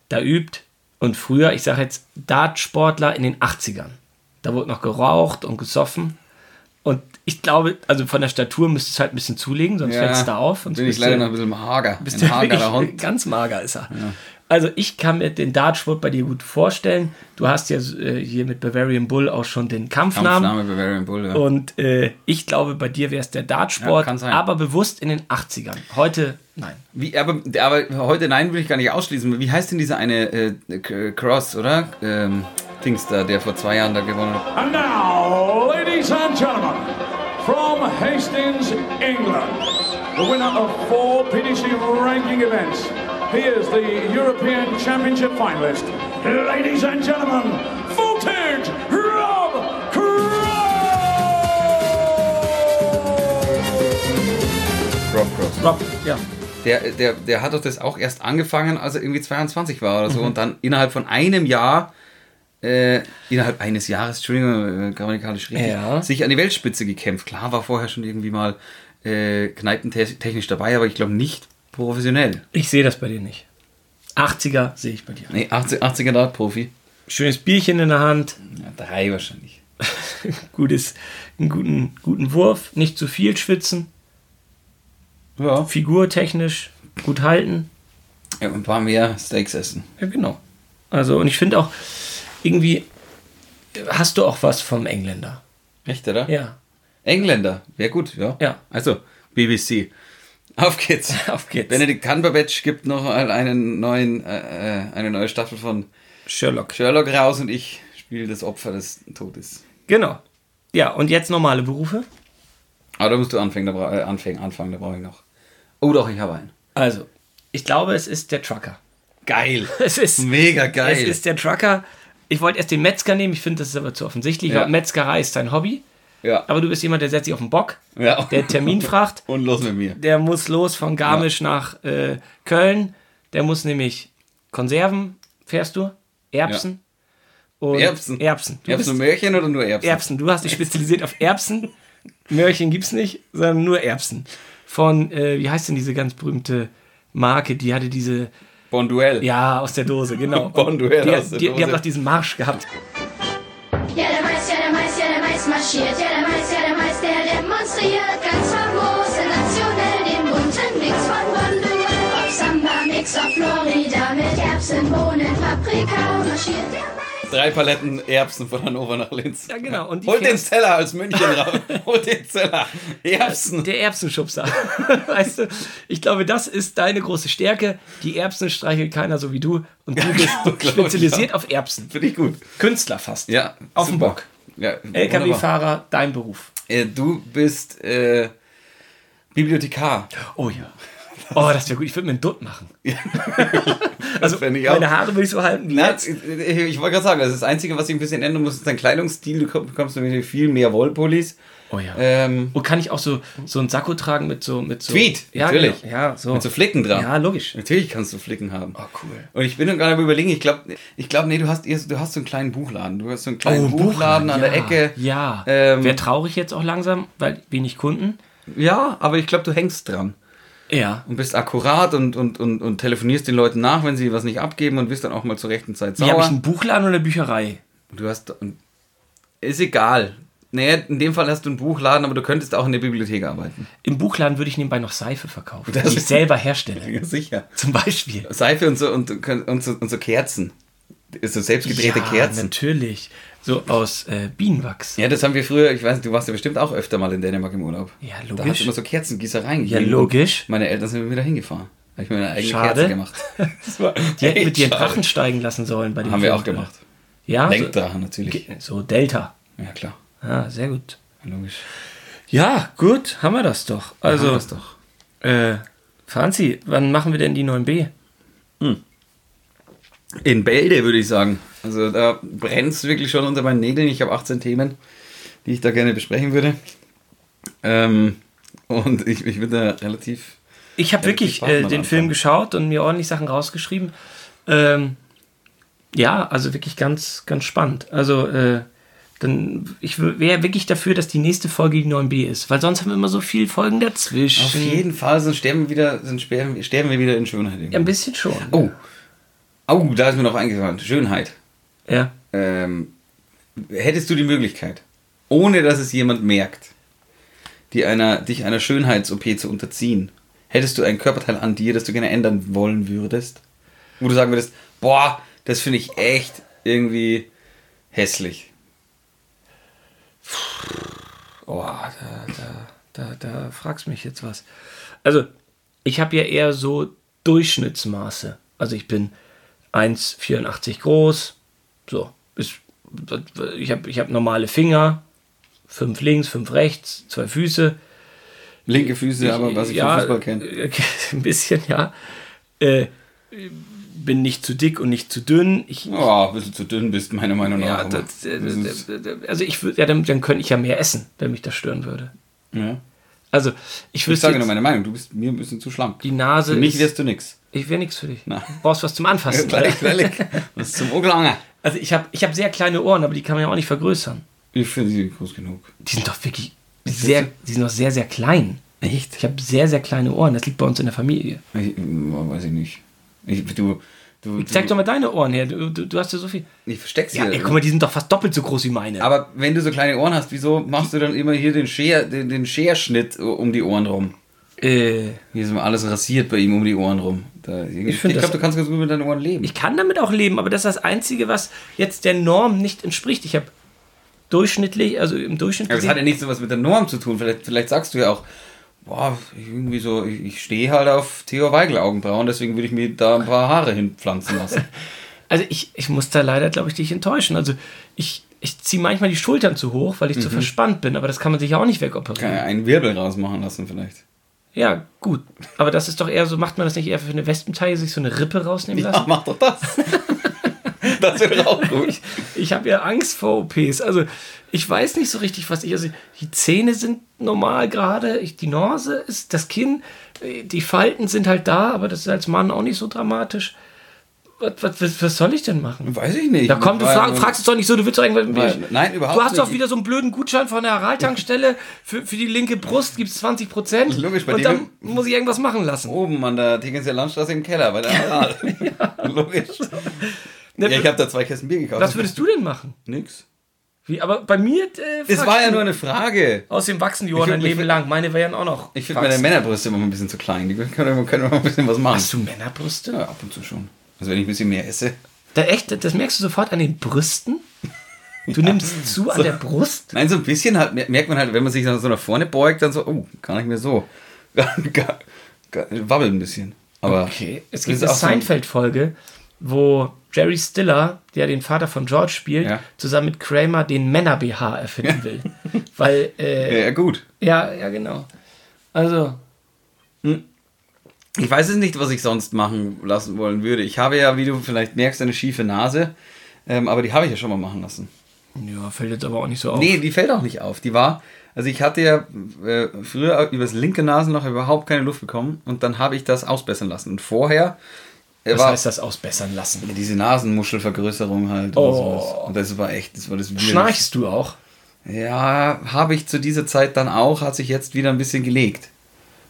Speaker 5: da übt und früher, ich sage jetzt Dartsportler in den 80ern. Da wurde noch geraucht und gesoffen. Und ich glaube, also von der Statur müsstest du halt ein bisschen zulegen, sonst fällst du da auf. sonst
Speaker 4: bin ich
Speaker 5: bist
Speaker 4: leider
Speaker 5: du-
Speaker 4: noch ein bisschen mager.
Speaker 5: Bist
Speaker 4: ein
Speaker 5: du wirklich
Speaker 4: hagerer Hund.
Speaker 5: ganz mager ist er. Also ich kann mir den Dartsport bei dir gut vorstellen. Du hast ja äh, hier mit Bavarian Bull auch schon den Kampfnamen.
Speaker 4: Kampfname Bavarian Bull. Ja.
Speaker 5: Und äh, ich glaube, bei dir wäre es der Dartsport,
Speaker 4: Ja, kann sein.
Speaker 5: aber bewusst in den 80ern. Heute, nein.
Speaker 4: Wie, aber, aber heute nein, würde ich gar nicht ausschließen. Wie heißt denn dieser eine äh, K- Cross, oder? Ähm, Dings da, der vor zwei Jahren da gewonnen hat.
Speaker 9: And now, ladies and gentlemen, from Hastings, England, the winner of four PDC ranking events, he is the European Championship finalist. Ladies and gentlemen, voltage Rob Cross!
Speaker 4: Rob Cross.
Speaker 5: Rob, ja.
Speaker 4: Der, der, der hat doch das auch erst angefangen, als er irgendwie 22 war oder so.
Speaker 5: Mhm.
Speaker 4: Und dann innerhalb von einem Jahr, äh, innerhalb eines Jahres, Entschuldigung, äh, grammatikalisch richtig,
Speaker 5: Ja.
Speaker 4: sich an die Weltspitze gekämpft. Klar, war vorher schon irgendwie mal äh, kneipentechnisch dabei, aber ich glaube nicht professionell.
Speaker 5: Ich sehe das bei dir nicht. 80er sehe ich bei dir.
Speaker 4: Nee, 80, 80er Dart-Profi.
Speaker 5: Schönes Bierchen in der Hand,
Speaker 4: Ja, drei wahrscheinlich.
Speaker 5: gutes, einen guten, guten Wurf, nicht zu viel schwitzen.
Speaker 4: Ja.
Speaker 5: figurtechnisch gut halten.
Speaker 4: ja, ein paar mehr Steaks essen.
Speaker 5: Ja, genau. Also, und ich finde auch, irgendwie hast du auch was vom Engländer.
Speaker 4: Echt, oder?
Speaker 5: Ja,
Speaker 4: Engländer, wäre gut, ja.
Speaker 5: Ja.
Speaker 4: Also, BBC. Auf geht's.
Speaker 5: Auf geht's.
Speaker 4: Benedict Cumberbatch gibt noch mal einen neuen, äh, äh, eine neue Staffel von
Speaker 5: Sherlock.
Speaker 4: Sherlock raus und ich spiele das Opfer des Todes.
Speaker 5: Genau. Ja, und jetzt normale Berufe.
Speaker 4: Aber da musst du anfangen, da, bra äh, anfangen, anfangen, da brauche ich noch. Oh doch, ich habe einen.
Speaker 5: Also, ich glaube, es ist der Trucker.
Speaker 4: Geil.
Speaker 5: Es ist
Speaker 4: Mega geil.
Speaker 5: Es ist der Trucker. Ich wollte erst den Metzger nehmen, ich finde, das ist aber zu offensichtlich.
Speaker 4: Ja.
Speaker 5: weil Metzgerei ist dein Hobby,
Speaker 4: ja.
Speaker 5: aber du bist jemand, der setzt sich auf den Bock,
Speaker 4: ja.
Speaker 5: der Termin fragt,
Speaker 4: Und los mit mir.
Speaker 5: der muss los von Garmisch nach äh, Köln, der muss nämlich Konserven, fährst du, Erbsen und
Speaker 4: Erbsen.
Speaker 5: Erbsen. Du
Speaker 4: Erbsen und
Speaker 5: bist
Speaker 4: Möhrchen oder nur Erbsen?
Speaker 5: Erbsen, du hast dich spezialisiert auf Erbsen. Möhrchen gibt's nicht, sondern nur Erbsen. Von, äh, wie heißt denn diese ganz berühmte Marke, die hatte diese
Speaker 4: Bonduell.
Speaker 5: ja, aus der Dose, genau.
Speaker 4: Bonduelle
Speaker 5: die,
Speaker 4: aus der
Speaker 5: die, die
Speaker 4: Dose.
Speaker 5: haben doch diesen Marsch gehabt.
Speaker 3: Jeder Mais, jeder Mais, jeder Mais marschiert, jeder Mais, jeder Mais, der demonstriert ganz famos nationell den bunten Mix von Bonduelle. Ob Samba, Mix, auf Florida mit Erbsen, Bohnen, Paprika marschiert der Mais.
Speaker 4: Drei Paletten Erbsen von Hannover nach Linz.
Speaker 5: Ja, genau. Und die
Speaker 4: Holt den
Speaker 5: fährst-
Speaker 4: Zeller als München raus. Holt den Zeller. Erbsen.
Speaker 5: Der Erbsenschubser. weißt du, ich glaube, das ist deine große Stärke. Die Erbsen streichelt keiner so wie du. Und du bist
Speaker 4: glaub ich,
Speaker 5: spezialisiert auf Erbsen.
Speaker 4: Finde ich gut.
Speaker 5: Künstler fast.
Speaker 4: Ja.
Speaker 5: Auf den
Speaker 4: super.
Speaker 5: Bock. Äh,
Speaker 4: Ja, wunderbar.
Speaker 5: LKW-Fahrer, dein Beruf.
Speaker 4: Äh, Du bist äh, Bibliothekar.
Speaker 5: Oh ja. Oh, das wäre gut. Ich würde mir einen Dutt machen. also,
Speaker 4: fänd ich auch.
Speaker 5: meine Haare würde ich so halten. wie
Speaker 4: Na,
Speaker 5: jetzt.
Speaker 4: ich ich wollte gerade sagen, also das Einzige, was ich ein bisschen ändern muss, ist dein Kleidungsstil. Du komm- bekommst nämlich viel mehr Wollpullis.
Speaker 5: Oh ja.
Speaker 4: Ähm,
Speaker 5: Und kann ich auch so, so einen Sakko tragen mit so. Mit so
Speaker 4: Tweed,
Speaker 5: ja,
Speaker 4: natürlich.
Speaker 5: Genau. Ja, so. Oh,
Speaker 4: Mit so Flicken dran.
Speaker 5: Ja, logisch.
Speaker 4: Natürlich kannst du Flicken haben.
Speaker 5: Oh, cool.
Speaker 4: Und ich bin noch gerade am überlegen, ich glaube, ich glaub, nee, du hast, eher so- du hast so einen kleinen Buchladen. Du hast so einen kleinen
Speaker 5: Oh,
Speaker 4: Buchladen, an
Speaker 5: ja,
Speaker 4: der Ecke.
Speaker 5: Ja.
Speaker 4: Ähm,
Speaker 5: Wäre traurig jetzt auch langsam, weil wenig Kunden.
Speaker 4: Ja, aber ich glaube, du hängst dran.
Speaker 5: Ja.
Speaker 4: Und bist akkurat und, und, und, und telefonierst den Leuten nach, wenn sie was nicht abgeben und bist dann auch mal zur rechten Zeit
Speaker 5: Wie habe ich
Speaker 4: sauer.
Speaker 5: einen Buchladen oder eine Bücherei?
Speaker 4: Du hast. und- Ist egal. Naja, in dem Fall hast du einen Buchladen, aber du könntest auch in der Bibliothek arbeiten.
Speaker 5: Im Buchladen würde ich nebenbei noch Seife verkaufen,
Speaker 4: Das-
Speaker 5: die ich selber herstelle.
Speaker 4: Ja, sicher.
Speaker 5: Zum Beispiel.
Speaker 4: Seife und so, und, und, so, und so Kerzen. So selbstgedrehte
Speaker 5: ja,
Speaker 4: Kerzen.
Speaker 5: Natürlich. So aus äh, Bienenwachs.
Speaker 4: Ja, das haben wir früher, ich weiß nicht, du warst ja bestimmt auch öfter mal in Dänemark im Urlaub.
Speaker 5: Ja,
Speaker 4: Da
Speaker 5: logisch.
Speaker 4: hast du immer so Kerzengießereien gegeben.
Speaker 5: Ja, logisch.
Speaker 4: Und Meine Eltern sind mit mir da hingefahren. Da habe ich mir eine eigene
Speaker 5: Schade.
Speaker 4: Kerze gemacht. Das war
Speaker 5: Die hätten
Speaker 4: echt
Speaker 5: mit dir einen
Speaker 4: schade.
Speaker 5: Drachen steigen lassen sollen bei dem
Speaker 4: Haben wir
Speaker 5: Film.
Speaker 4: auch gemacht.
Speaker 5: Ja.
Speaker 4: Lenkdrachen natürlich.
Speaker 5: So, so Delta.
Speaker 4: Ja, klar.
Speaker 5: Ah, sehr gut.
Speaker 4: Logisch.
Speaker 5: Ja, gut, haben wir das doch. Also,
Speaker 4: haben wir's doch.
Speaker 5: Äh, Franzi, wann machen wir denn die 9B?
Speaker 4: In Bälde, würde ich sagen. Also da brennt es wirklich schon unter meinen Nägeln. Ich habe 18 Themen, die ich da gerne besprechen würde. Ähm, und ich, ich bin da relativ.
Speaker 5: Ich habe
Speaker 4: Ja,
Speaker 5: wirklich
Speaker 4: die braucht
Speaker 5: äh,
Speaker 4: man
Speaker 5: den
Speaker 4: am
Speaker 5: Film
Speaker 4: Anfang.
Speaker 5: geschaut und mir ordentlich Sachen rausgeschrieben. Ähm, ja, also wirklich ganz, ganz spannend. Also, äh, dann, ich wäre wirklich dafür, dass die nächste Folge die 9B ist, weil sonst haben wir immer so viele Folgen dazwischen.
Speaker 4: Auf jeden Fall, sonst sterben wir wieder, sonst sterben, sterben wir wieder in Schönheit.
Speaker 5: Ja, ein bisschen schon.
Speaker 4: Oh. Oh, da ist mir noch eingefallen. Schönheit.
Speaker 5: Ja.
Speaker 4: Ähm, hättest du die Möglichkeit, ohne dass es jemand merkt, die einer, dich einer Schönheits-OP zu unterziehen, hättest du ein Körperteil an dir, das du gerne ändern wollen würdest? Wo du sagen würdest, boah, das finde ich echt irgendwie hässlich.
Speaker 5: Oh, da, da, da, da fragst mich jetzt was. Also, ich habe ja eher so Durchschnittsmaße. Also, ich bin 1,84 groß. So, ist, ich habe ich hab normale Finger. Fünf links, fünf rechts, zwei Füße.
Speaker 4: Linke Füße, aber was ich
Speaker 5: ja,
Speaker 4: vom Fußball kenne.
Speaker 5: äh, Ein bisschen, ja. Äh, bin nicht zu dick und nicht zu dünn. Ich,
Speaker 4: Oh, ein bisschen zu dünn bist, meiner Meinung nach.
Speaker 5: ja,
Speaker 4: aber
Speaker 5: das, äh,
Speaker 4: das ist-
Speaker 5: äh, also ich würde, ja, dann, dann könnte ich ja mehr essen, wenn mich das stören würde.
Speaker 4: ja.
Speaker 5: Also, ich
Speaker 4: Ich
Speaker 5: wüsste
Speaker 4: sage
Speaker 5: jetzt-
Speaker 4: nur meine Meinung, du bist mir ein bisschen zu schlank.
Speaker 5: Die Nase.
Speaker 4: Für mich
Speaker 5: ist,
Speaker 4: wärst du nix.
Speaker 5: ich wäre nichts für dich.
Speaker 4: Na.
Speaker 5: Du brauchst was zum Anfassen.
Speaker 4: Gleich,
Speaker 5: oder?
Speaker 4: gleich. Was zum Oglanger.
Speaker 5: Also ich habe ich hab sehr kleine Ohren, aber die kann man ja auch nicht vergrößern.
Speaker 4: Ich finde sie groß genug.
Speaker 5: Die sind doch wirklich sehr, die sind doch sehr, sehr klein.
Speaker 4: Echt?
Speaker 5: Ich habe sehr, sehr kleine Ohren. Das liegt bei uns in der Familie.
Speaker 4: Ich, ähm, weiß ich nicht. Ich, du, du, du,
Speaker 5: Zeig doch mal deine Ohren her. Du, du, du hast ja so viel.
Speaker 4: Ich versteck's
Speaker 5: Ja,
Speaker 4: hier.
Speaker 5: ey, guck mal, die sind doch fast doppelt so groß wie meine.
Speaker 4: Aber wenn du so kleine Ohren hast, wieso machst du dann immer hier den Scher, den, den Scherschnitt um die Ohren rum?
Speaker 5: Äh,
Speaker 4: Hier ist immer alles rasiert bei ihm um die Ohren rum. Da, ich ich
Speaker 5: find das-
Speaker 4: glaube, du kannst ganz gut mit deinen Ohren leben.
Speaker 5: ich kann damit auch leben, aber das ist das Einzige, was jetzt der Norm nicht entspricht. Ich habe durchschnittlich, also im Durchschnitt
Speaker 4: Aber es
Speaker 5: gesehen,
Speaker 4: hat ja nicht so was mit der Norm zu tun. Vielleicht, vielleicht sagst du ja auch, boah, ich irgendwie so, ich, ich stehe halt auf Theo Weigel Augenbrauen, deswegen würde ich mir da ein paar Haare hinpflanzen lassen.
Speaker 5: Also ich, ich muss da leider, glaube ich, dich enttäuschen. Also ich, ich ziehe manchmal die Schultern zu hoch, weil ich zu verspannt bin, aber das kann man sich ja auch nicht
Speaker 4: Kann
Speaker 5: wegoperieren.
Speaker 4: Mhm. ja einen Wirbel rausmachen lassen vielleicht.
Speaker 5: Ja, gut. Aber das ist doch eher so, macht man das nicht eher für eine Wespenteile, sich so eine Rippe rausnehmen
Speaker 4: Ja,
Speaker 5: lassen?
Speaker 4: mach doch das. das wäre auch gut.
Speaker 5: Ich, ich habe ja Angst vor OPs. Also ich weiß nicht so richtig, was ich. Also die Zähne sind normal gerade, ich, die Nase ist, das Kinn, äh, die Falten sind halt da, aber das ist als Mann auch nicht so dramatisch. Was, was, was, was soll ich denn machen?
Speaker 4: Weiß ich nicht.
Speaker 5: Da komm, du
Speaker 4: Weil-
Speaker 5: frag, fragst es doch nicht so, du willst doch irgendwas.
Speaker 4: Nein, nein, überhaupt
Speaker 5: Du hast doch
Speaker 4: nicht.
Speaker 5: wieder so einen blöden Gutschein von der Heraltankstelle für, für die linke Brust, gibt es 20 Prozent.
Speaker 4: Logisch, bei
Speaker 5: und
Speaker 4: dem- Oh,
Speaker 5: dann muss ich irgendwas machen lassen.
Speaker 4: Oben an der Tegenseer Landstraße im Keller bei der Aral. Logisch. Ja, ich habe da zwei Kästen Bier gekauft.
Speaker 5: was würdest du denn machen?
Speaker 4: Nix.
Speaker 5: Wie, aber bei mir. Äh,
Speaker 4: Es
Speaker 5: fragst
Speaker 4: war ja
Speaker 5: du-
Speaker 4: nur eine Frage.
Speaker 5: Außerdem wachsen die Ohren
Speaker 4: Ich-
Speaker 5: ein
Speaker 4: ich-
Speaker 5: Leben lang. Meine wären auch noch.
Speaker 4: Ich finde meine Männerbrüste immer ein bisschen zu klein. Die können, können wir mal ein bisschen was machen.
Speaker 5: Hast du Männerbrüste?
Speaker 4: Ja, ab und zu schon. Also wenn ich ein bisschen mehr esse.
Speaker 5: Da echt, das- das merkst du sofort an den Brüsten. Du nimmst zu an der Brust.
Speaker 4: Nein, so ein bisschen halt, mer- merkt man halt, wenn man sich dann so nach vorne beugt, dann so, oh, gar nicht mehr so. Gar- gar- Wabbelt ein bisschen. Aber
Speaker 5: Okay, es
Speaker 4: das
Speaker 5: gibt
Speaker 4: ist
Speaker 5: eine
Speaker 4: auch so
Speaker 5: Seinfeld-Folge, wo Jerry Stiller, der den Vater von George spielt,
Speaker 4: Ja.
Speaker 5: zusammen mit Kramer den Männer-BH erfinden will. Weil,
Speaker 4: Ja,
Speaker 5: äh,
Speaker 4: ja, gut.
Speaker 5: ja, ja, genau. Also,
Speaker 4: Ich weiß es nicht, was ich sonst machen lassen wollen würde. Ich habe ja, wie du vielleicht merkst, eine schiefe Nase. Ähm, aber die habe ich ja schon mal machen lassen.
Speaker 5: ja, fällt jetzt aber auch nicht so auf.
Speaker 4: Nee, die fällt auch nicht auf. Die war, also ich hatte ja äh, früher über das linke Nasenloch überhaupt keine Luft bekommen und dann habe ich das ausbessern lassen. Und vorher äh,
Speaker 5: Was
Speaker 4: war
Speaker 5: heißt das ausbessern lassen?
Speaker 4: diese Nasenmuschelvergrößerung halt
Speaker 5: Oh.
Speaker 4: oder sowas. Und das war echt, das war das Widerlichste.
Speaker 5: Schnarchst du auch?
Speaker 4: Ja, habe ich zu dieser Zeit dann auch, hat sich jetzt wieder ein bisschen gelegt.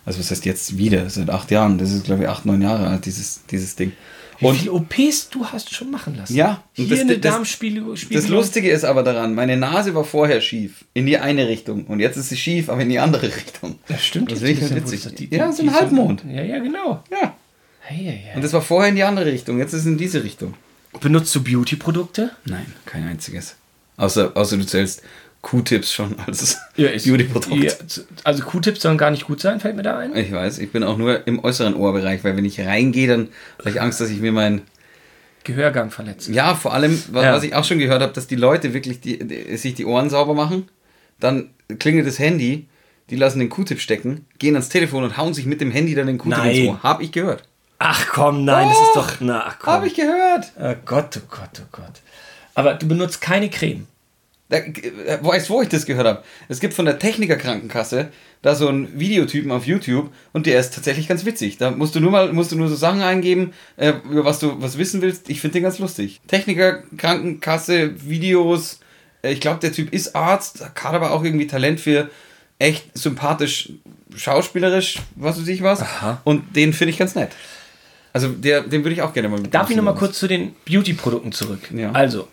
Speaker 4: Also was heißt jetzt wieder? Seit acht Jahren. Das ist, glaube ich, acht, neun Jahre alt, dieses, dieses Ding.
Speaker 5: Wie
Speaker 4: Und
Speaker 5: viele OPs du hast schon machen lassen?
Speaker 4: ja,
Speaker 5: Hier
Speaker 4: und das,
Speaker 5: eine
Speaker 4: das,
Speaker 5: Darmspiegelung.
Speaker 4: das Lustige ist aber daran, meine Nase war vorher schief, in die eine Richtung. Und jetzt ist sie schief, aber in die andere Richtung.
Speaker 5: Das stimmt.
Speaker 4: Das
Speaker 5: jetzt
Speaker 4: finde ich
Speaker 5: ein
Speaker 4: halt
Speaker 5: bisschen, wo
Speaker 4: witzig.
Speaker 5: das- die-
Speaker 4: ja,
Speaker 5: die-
Speaker 4: es ist ein
Speaker 5: die-
Speaker 4: Halbmond.
Speaker 5: Ja, ja, genau.
Speaker 4: Ja.
Speaker 5: Hey, hey, hey.
Speaker 4: Und das war vorher in die andere Richtung, jetzt ist es in diese Richtung.
Speaker 5: Benutzt du Beauty-Produkte?
Speaker 4: Nein, kein einziges. Außer, außer du zählst Q-Tips schon als Beauty-Produkt.
Speaker 5: Ja, also Q-Tips sollen gar nicht gut sein, fällt mir da ein.
Speaker 4: Ich weiß, ich bin auch nur im äußeren Ohrbereich, weil wenn ich reingehe, dann habe ich Angst, dass ich mir mein.
Speaker 5: Gehörgang verletzen.
Speaker 4: Ja, vor allem, was,
Speaker 5: Ja.
Speaker 4: was ich auch schon gehört habe, dass die Leute wirklich die, die, sich die Ohren sauber machen, dann klingelt das Handy, die lassen den Q-Tip stecken, gehen ans Telefon und hauen sich mit dem Handy dann den Q-Tip
Speaker 5: Nein.
Speaker 4: ins Ohr. Hab ich gehört.
Speaker 5: Ach komm, nein, das ist doch. Na, ach komm.
Speaker 4: Hab ich gehört.
Speaker 5: Oh Gott, oh Gott, oh Gott. Aber du benutzt keine Creme.
Speaker 4: Da, äh, weißt du, wo ich das gehört habe? Es gibt von der Techniker Krankenkasse da so einen Videotypen auf YouTube und der ist tatsächlich ganz witzig. Da musst du nur mal musst du nur so Sachen eingeben, äh, über was du was wissen willst. Ich finde den ganz lustig. Techniker Krankenkasse Videos. Äh, ich glaube, der Typ ist Arzt, hat aber auch irgendwie Talent für echt sympathisch schauspielerisch, was weiß ich was. Und den finde ich ganz nett. Also der, den würde ich auch gerne mal mit
Speaker 5: Darf ich nochmal kurz zu den Beauty-Produkten zurück?
Speaker 4: Ja.
Speaker 5: Also,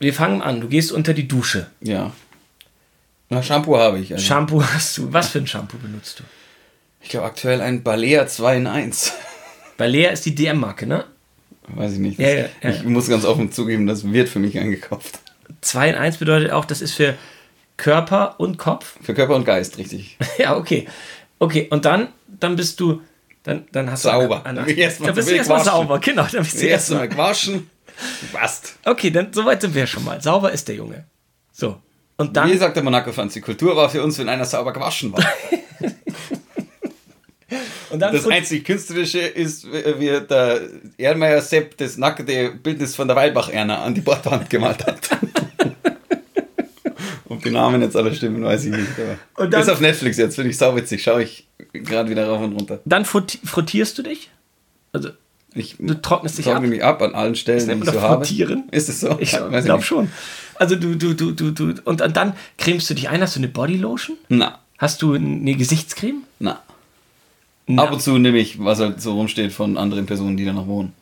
Speaker 5: wir fangen an. Du gehst unter die Dusche.
Speaker 4: Ja. Na, Shampoo habe ich. also.
Speaker 5: Shampoo hast du. Was für ein Shampoo benutzt du?
Speaker 4: Ich glaube aktuell ein Balea 2 in 1.
Speaker 5: Balea ist die DM-Marke, ne?
Speaker 4: Weiß ich nicht.
Speaker 5: Ja, ja, ja.
Speaker 4: Ich muss ganz offen zugeben, das wird für mich eingekauft.
Speaker 5: 2 in 1 bedeutet auch, das ist für Körper und Kopf.
Speaker 4: Für Körper und Geist, richtig.
Speaker 5: ja, okay. Okay, und dann, dann bist du. Dann, dann hast
Speaker 4: Sauber.
Speaker 5: du. Eine,
Speaker 4: Dann
Speaker 5: eine,
Speaker 4: bin ich erstmal
Speaker 5: dann bist du
Speaker 4: zum
Speaker 5: erstmal
Speaker 4: Weg waschen.
Speaker 5: sauber, genau. Dann bist du
Speaker 4: Zuerst
Speaker 5: erstmal
Speaker 4: mal gewaschen. Passt.
Speaker 5: Okay, dann soweit sind wir schon mal. Sauber ist der Junge. So. Und dann.
Speaker 4: Wie sagt der Monaco-Franzi, Kultur war für uns, wenn einer sauber gewaschen war.
Speaker 5: und dann
Speaker 4: Das einzig Künstlerische ist, äh, wie der Ermeier Sepp das nackte Bildnis von der Weilbach-Erna an die Bordwand gemalt hat. Ob die Namen jetzt alle stimmen, weiß ich nicht. Aber
Speaker 5: Und dann-
Speaker 4: ist auf Netflix jetzt, finde ich sauwitzig. Schaue ich gerade wieder rauf und runter.
Speaker 5: dann frotti- frottierst du dich? Also,
Speaker 4: Ich
Speaker 5: Du trocknest dich
Speaker 4: trockne
Speaker 5: ab.
Speaker 4: mich ab an allen Stellen, die
Speaker 5: nennt
Speaker 4: ich
Speaker 5: man
Speaker 4: so
Speaker 5: doch
Speaker 4: habe.
Speaker 5: frottieren.
Speaker 4: Ist es so?
Speaker 5: ich
Speaker 4: Weiß
Speaker 5: glaube
Speaker 4: nicht.
Speaker 5: schon. Also, du, du, du, du, du. Und dann- dann cremst du dich ein. Hast du eine Bodylotion?
Speaker 4: Na,
Speaker 5: Hast du eine Gesichtscreme?
Speaker 4: na.
Speaker 5: Na.
Speaker 4: Ab und zu nehme ich, was halt so rumsteht von anderen Personen, die da noch wohnen.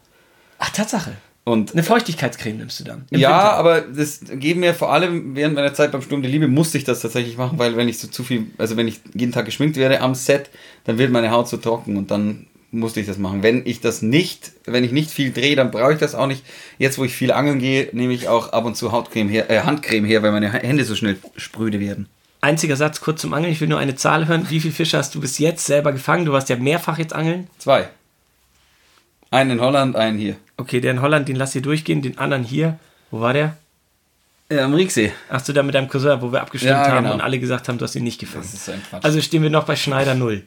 Speaker 5: Ach, Tatsache.
Speaker 4: Und
Speaker 5: Eine Feuchtigkeitscreme nimmst du dann. im
Speaker 4: ja,
Speaker 5: Winter.
Speaker 4: aber das geht mir vor allem während meiner Zeit beim Sturm der Liebe musste ich das tatsächlich machen, weil wenn ich so zu viel, also wenn ich jeden Tag geschminkt werde am Set, dann wird meine Haut so trocken und dann musste ich das machen. Wenn ich das nicht, wenn ich nicht viel drehe, dann brauche ich das auch nicht. Jetzt, wo ich viel angeln gehe, nehme ich auch ab und zu Hautcreme her, äh, Handcreme her, weil meine Hände so schnell spröde werden.
Speaker 5: Einziger Satz kurz zum Angeln. Ich will nur eine Zahl hören. Wie viel Fische hast du bis jetzt selber gefangen? Du warst ja mehrfach jetzt angeln.
Speaker 4: Zwei. Einen in Holland, einen hier.
Speaker 5: Okay, der in Holland, den lass hier durchgehen. Den anderen hier. Wo war der? Äh,
Speaker 4: Ja, am Rieksee.
Speaker 5: Ach so, da mit deinem Cousin, wo wir abgestimmt
Speaker 4: Ja,
Speaker 5: haben
Speaker 4: genau.
Speaker 5: und alle gesagt haben, du hast ihn nicht gefangen.
Speaker 4: Das ist so ein Quatsch. Mhm.
Speaker 5: Also stehen wir noch bei Schneider Null.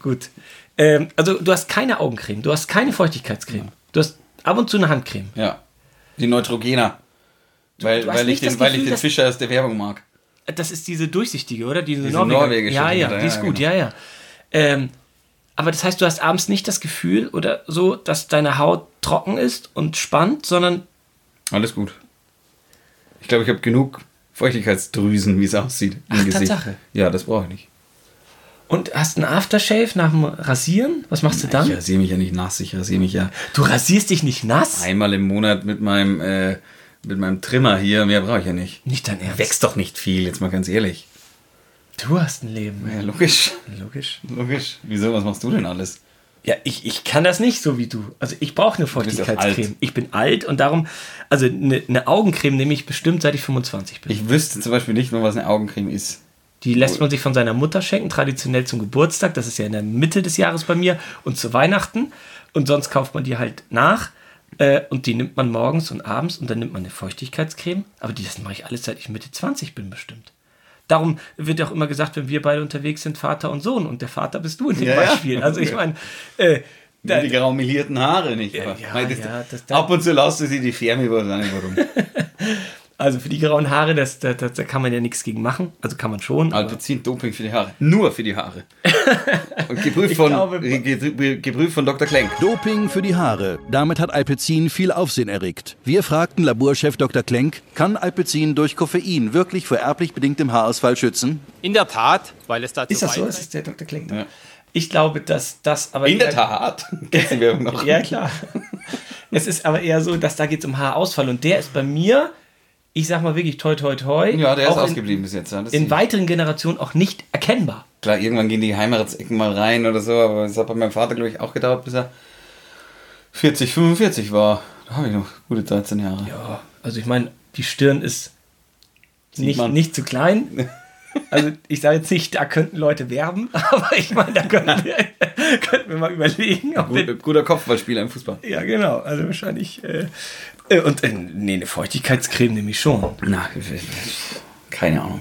Speaker 5: Gut. Ähm, also du hast keine Augencreme, du hast keine Feuchtigkeitscreme.
Speaker 4: Genau.
Speaker 5: Du hast ab und zu eine Handcreme.
Speaker 4: Ja. Die Neutrogena. Weil,
Speaker 5: du hast
Speaker 4: weil, ich
Speaker 5: nicht
Speaker 4: den,
Speaker 5: das
Speaker 4: weil
Speaker 5: Gefühl,
Speaker 4: ich den
Speaker 5: dass-
Speaker 4: Fischer aus der Werbung mag.
Speaker 5: Das ist diese durchsichtige, oder? Diese,
Speaker 4: Diese
Speaker 5: Norweger-
Speaker 4: norwegische
Speaker 5: Ja, ja,
Speaker 4: dahinter,
Speaker 5: die
Speaker 4: ja,
Speaker 5: ist gut,
Speaker 4: genau.
Speaker 5: ja, ja. Ähm, aber das heißt, du hast abends nicht das Gefühl oder so, dass deine Haut trocken ist und spannt, sondern
Speaker 4: Alles gut. Ich glaube, ich habe genug Feuchtigkeitsdrüsen, wie es aussieht. Im
Speaker 5: Ach,
Speaker 4: Gesicht.
Speaker 5: Tatsache.
Speaker 4: Ja, das brauche ich nicht.
Speaker 5: und hast einen Aftershave nach dem Rasieren. Was machst du dann?
Speaker 4: Ich rasiere mich ja nicht nass, ich rasiere mich ja
Speaker 5: Du rasierst dich nicht nass?
Speaker 4: einmal im Monat mit meinem, äh, mit meinem Trimmer hier. Mehr brauche ich ja nicht.
Speaker 5: Nicht dein Ernst.
Speaker 4: Wächst doch nicht viel, jetzt mal ganz ehrlich.
Speaker 5: Du hast ein Leben.
Speaker 4: Ja, logisch.
Speaker 5: Logisch.
Speaker 4: Logisch. Wieso, was machst du denn alles?
Speaker 5: Ja, ich, ich kann das nicht so wie du. Also ich brauche eine
Speaker 4: doch alt.
Speaker 5: Feuchtigkeitscreme. Ich bin alt und darum, also eine, eine Augencreme nehme ich bestimmt, seit ich 25 bin.
Speaker 4: Ich wüsste zum Beispiel nicht mal, was eine Augencreme ist.
Speaker 5: Die lässt man sich von seiner Mutter schenken, traditionell zum Geburtstag. Das ist ja in der Mitte des Jahres bei mir und zu Weihnachten. Und sonst kauft man die halt nach. Äh, und die nimmt man morgens und abends und dann nimmt man eine Feuchtigkeitscreme. Aber die, das mache ich alles, seit ich Mitte 20 bin bestimmt. Darum wird auch immer gesagt, wenn wir beide unterwegs sind, Vater und Sohn. Und der Vater bist du in dem
Speaker 4: Ja, ja.
Speaker 5: Beispiel. Also ich meine, äh,
Speaker 4: Nur
Speaker 5: da-
Speaker 4: die graumelierten Haare nicht. aber-
Speaker 5: ja,
Speaker 4: Weil das-
Speaker 5: ja, das-
Speaker 4: ab und zu lassen sie die Ferme über, nein, warum?
Speaker 5: Also für die grauen Haare, das, da, da, da kann man ja nichts gegen machen. Also kann man schon. Aber
Speaker 4: Alpizin Doping für die Haare. Nur für die Haare. Und geprüft, von,
Speaker 5: glaube-
Speaker 4: ge- geprüft von Dr. Klenk.
Speaker 10: Doping für die Haare. Damit hat Alpecin viel Aufsehen erregt. Wir fragten Laborchef Dr. Klenk, kann Alpecin durch Koffein wirklich vor erblich bedingtem Haarausfall schützen?
Speaker 11: In der Tat, weil es dazu
Speaker 5: ist das so? Ist das der Dr. Klingt? Ich glaube, dass das aber.
Speaker 4: In der
Speaker 5: eher-
Speaker 4: Tat. Kennst du die Werbung noch?
Speaker 5: äh, Ja, klar. es ist aber eher so, dass da geht es um Haarausfall. Und der ist bei mir, ich sag mal wirklich toi toi toi.
Speaker 4: Ja, der ist
Speaker 5: auch in,
Speaker 4: ausgeblieben bis jetzt. Ja, das
Speaker 5: in
Speaker 4: sehe ich.
Speaker 5: weiteren Generationen auch nicht erkennbar.
Speaker 4: klar, irgendwann gehen die Heimatsecken mal rein oder so, aber das hat bei meinem Vater, glaube ich, auch gedauert, bis er 40, 45 war. Da habe ich noch gute 13 Jahre.
Speaker 5: Ja, also ich meine, die Stirn ist nicht,
Speaker 4: man.
Speaker 5: nicht zu klein. Also ich sage jetzt nicht, da könnten Leute werben, aber ich meine, da könnten wir, könnten wir mal überlegen, ob wir
Speaker 4: Gut, guter Kopfballspieler im Fußball.
Speaker 5: Ja, genau. Also wahrscheinlich. Äh, äh, und äh, nee, eine Feuchtigkeitscreme nehme ich schon.
Speaker 4: Na, keine Ahnung.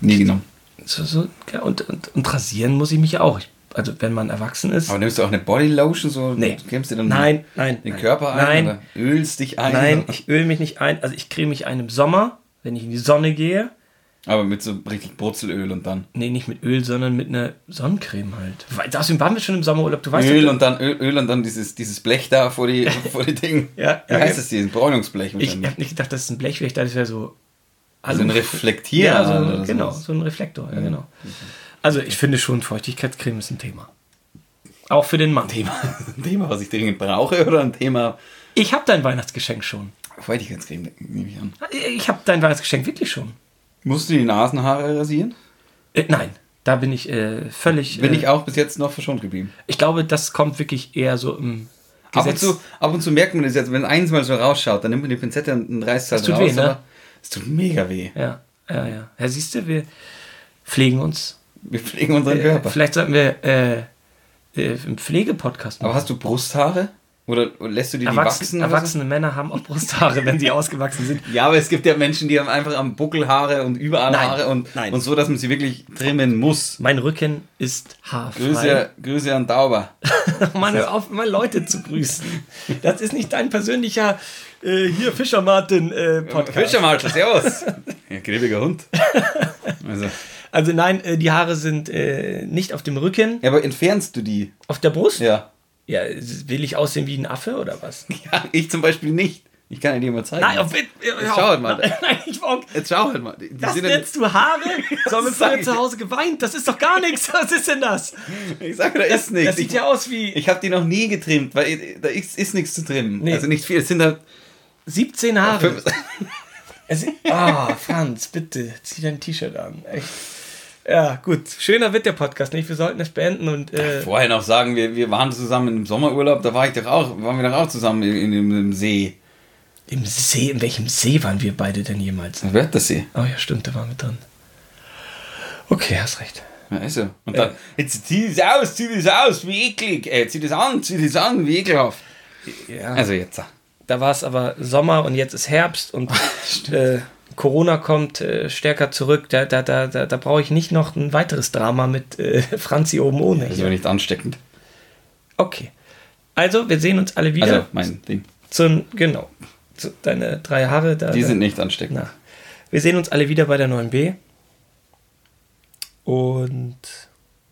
Speaker 4: Nie genommen.
Speaker 5: So, so, ja, und, und, und rasieren muss ich mich auch. Ich, also wenn man erwachsen ist.
Speaker 4: Aber nimmst du auch eine Bodylotion so?
Speaker 5: Nee.
Speaker 4: Kämmst du dann
Speaker 5: Nein, nein,
Speaker 4: den
Speaker 5: nein.
Speaker 4: Körper ein?
Speaker 5: Nein.
Speaker 4: Oder ölst dich ein?
Speaker 5: Nein,
Speaker 4: oder?
Speaker 5: ich öle mich nicht ein. Also ich creme mich ein im Sommer, wenn ich in die Sonne gehe.
Speaker 4: Aber mit so richtig Brutzelöl und dann.
Speaker 5: Nee, nicht mit Öl, sondern mit einer Sonnencreme halt. Weil, außerdem waren wir schon im Sommerurlaub. Du weißt
Speaker 4: Öl
Speaker 5: doch,
Speaker 4: und dann Öl, Öl und dann dieses, dieses Blech da vor die, vor die Ding.
Speaker 5: Ja,
Speaker 4: Wie
Speaker 5: ja,
Speaker 4: heißt
Speaker 5: ja.
Speaker 4: das hier? Ein Bräunungsblech
Speaker 5: ich
Speaker 4: wahrscheinlich.
Speaker 5: habe nicht gedacht, das ist ein Blechweg. Ich dachte, das wäre so...
Speaker 4: also ein Reflektierer.
Speaker 5: Ja, so,
Speaker 4: oder
Speaker 5: genau,
Speaker 4: sowas.
Speaker 5: so ein Reflektor. Ja. Genau. Also ich finde schon, Feuchtigkeitscreme ist ein Thema. Auch für den Mann.
Speaker 4: Thema, ein Thema, was ich dringend brauche oder ein Thema.
Speaker 5: Ich habe dein Weihnachtsgeschenk schon.
Speaker 4: Feuchtigkeitscreme nehme ich an.
Speaker 5: Ich habe dein Weihnachtsgeschenk wirklich schon.
Speaker 4: Musst du die Nasenhaare rasieren?
Speaker 5: Äh, nein, da bin ich äh, völlig.
Speaker 4: Bin
Speaker 5: äh,
Speaker 4: ich auch bis jetzt noch verschont geblieben.
Speaker 5: Ich glaube, das kommt wirklich eher so im
Speaker 4: Ab und,
Speaker 5: Gesetz.
Speaker 4: zu, ab und zu merkt man das jetzt, wenn eins mal so rausschaut, dann nimmt man die Pinzette und reißt das
Speaker 5: Das tut
Speaker 4: raus.
Speaker 5: weh, ne?
Speaker 4: aber Es tut mega weh.
Speaker 5: Ja, ja, ja. Ja, siehst du, wir pflegen uns.
Speaker 4: Wir pflegen
Speaker 5: Äh,
Speaker 4: unseren Körper.
Speaker 5: Vielleicht sollten wir äh, äh, einen Pflegepodcast
Speaker 4: Aber
Speaker 5: machen.
Speaker 4: hast du Brusthaare? Oder oder lässt du dir die
Speaker 5: Erwachsen,
Speaker 4: wachsen? oder so?
Speaker 5: erwachsene Männer haben auch Brusthaare, wenn sie ausgewachsen sind.
Speaker 4: Ja, aber es gibt ja Menschen, die haben einfach am Buckel Haare und überall
Speaker 5: Nein,
Speaker 4: Haare und,
Speaker 5: nein.
Speaker 4: und so, dass man sie wirklich trimmen muss.
Speaker 5: Mein Rücken ist haarfrei.
Speaker 4: Grüße, Grüße an Dauber.
Speaker 5: Mann, hör auf, mal Leute zu grüßen. Das ist nicht dein persönlicher äh, hier Fischer Martin äh, Podcast.
Speaker 4: Fischer Marshall, servus. Ja, gräbiger Hund. Also.
Speaker 5: Also nein, äh, die Haare sind äh, nicht auf dem Rücken,
Speaker 4: Ja, aber entfernst du die?
Speaker 5: auf der Brust.
Speaker 4: Ja.
Speaker 5: Ja, will ich aussehen wie ein Affe oder was?
Speaker 4: ja ich zum Beispiel nicht. Ich kann ja dir mal zeigen.
Speaker 5: Nein, auf Wit-
Speaker 4: Jetzt schau halt mal.
Speaker 5: Nein, nein, ich brauch.
Speaker 4: Jetzt schau halt mal. Die, die
Speaker 5: Das
Speaker 4: sind ja-
Speaker 5: nennst du Haare? Sollen wir
Speaker 4: sag
Speaker 5: vorher
Speaker 4: ich
Speaker 5: zu
Speaker 4: dir.
Speaker 5: Hause geweint? Das ist doch gar nichts. Was ist denn das?
Speaker 4: ich sag, da ist nichts.
Speaker 5: Das sieht
Speaker 4: Ich-
Speaker 5: ja aus wie.
Speaker 4: Ich habe die noch nie getrimmt, weil da ist, ist nichts zu trimmen.
Speaker 5: Nee.
Speaker 4: Also nicht viel. Es sind halt
Speaker 5: 17 Haare. Es, ah, Franz, bitte, zieh dein T-Shirt an. Echt. Ja, gut. Schöner wird der Podcast nicht. Wir sollten es beenden und äh,
Speaker 4: Vorher noch sagen, wir, wir waren zusammen im Sommerurlaub, da war ich doch auch, waren wir doch auch zusammen in, in, dem- im See.
Speaker 5: im See, in welchem See waren wir beide denn jemals?
Speaker 4: Da wird der See.
Speaker 5: Oh ja, stimmt, da waren wir drin. Okay, hast recht.
Speaker 4: Ja, ist er.
Speaker 5: Äh.
Speaker 4: Und dann, jetzt zieh das aus, zieh das aus, wie eklig. Ey, zieh das an, zieh das an, wie ekelhaft.
Speaker 5: Ja.
Speaker 4: Also jetzt.
Speaker 5: Da war es aber Sommer und jetzt ist Herbst und äh, Corona kommt äh, stärker zurück. Da, da, da, da, da brauche ich nicht noch ein weiteres Drama mit äh, Franzi oben ohne.
Speaker 4: Das war nicht ansteckend.
Speaker 5: Okay. Also, wir sehen uns alle wieder.
Speaker 4: Also mein Ding.
Speaker 5: Zum, genau. Zu, deine drei Haare da.
Speaker 4: Die
Speaker 5: da.
Speaker 4: sind nicht ansteckend.
Speaker 5: Na. Wir sehen uns alle wieder bei der 9B. Und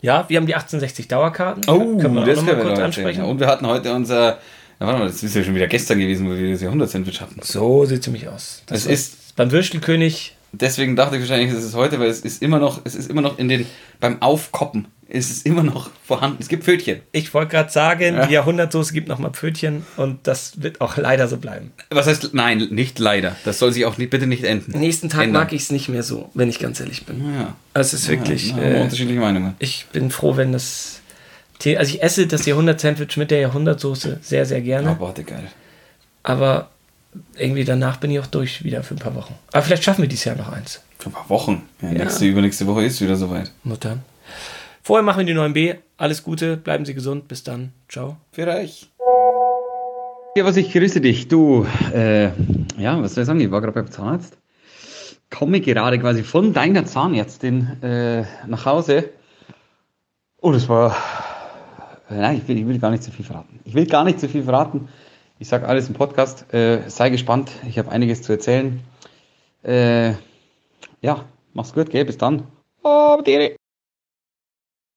Speaker 5: ja, wir haben die 1860 Dauerkarten.
Speaker 4: Oh,
Speaker 5: Können wir auch
Speaker 4: das können wir
Speaker 5: noch mal kurz
Speaker 4: noch
Speaker 5: ansprechen.
Speaker 4: ansprechen. Und wir hatten heute unser, na, warte mal, das ist ja schon wieder gestern gewesen, wo wir das Jahrhundert-Sandwich hatten.
Speaker 5: So sieht es nämlich aus.
Speaker 4: Das
Speaker 5: war-
Speaker 4: ist-
Speaker 5: beim Würstelkönig.
Speaker 4: Deswegen dachte ich wahrscheinlich, es ist heute, weil es ist immer noch, es ist immer noch in den, beim Aufkoppen, es ist immer noch vorhanden. Es gibt Pfötchen.
Speaker 5: Ich wollte gerade sagen,
Speaker 4: Ja.
Speaker 5: die Jahrhundertsoße gibt nochmal Pfötchen und das wird auch leider so bleiben.
Speaker 4: Was heißt, nein, nicht leider. Das soll sich auch nicht, bitte nicht enden.
Speaker 5: Nächsten Tag
Speaker 4: Ändern.
Speaker 5: mag ich es nicht mehr so, wenn ich ganz ehrlich bin.
Speaker 4: Ja.
Speaker 5: Es ist wirklich.
Speaker 4: Ja, haben wir
Speaker 5: äh,
Speaker 4: unterschiedliche Meinungen.
Speaker 5: ich bin froh, wenn das. The- Also ich esse das Jahrhundert-Sandwich mit der Jahrhundertsoße sehr, sehr gerne.
Speaker 4: Aber warte, geil.
Speaker 5: Aber irgendwie danach bin ich auch durch wieder für ein paar Wochen. Aber vielleicht schaffen wir dieses Jahr noch eins.
Speaker 4: Für ein paar Wochen. Ja, Nächste, übernächste Woche ist wieder soweit.
Speaker 5: Mutter. Vorher machen wir die 9B. Alles Gute, bleiben Sie gesund. Bis dann. Ciao.
Speaker 4: Für euch.
Speaker 6: Ja, was ich grüße dich. Du, äh, ja, was soll ich sagen? Ich war gerade beim Zahnarzt. Komme gerade quasi von deiner Zahnärztin äh, nach Hause. Und es war. äh, Nein, ich will, ich will gar nicht zu viel verraten. Ich will gar nicht zu viel verraten. Ich sage alles im Podcast. Äh, sei gespannt. Ich habe einiges zu erzählen. Äh, ja, mach's gut, gell? Bis dann. Oh, die Ehre.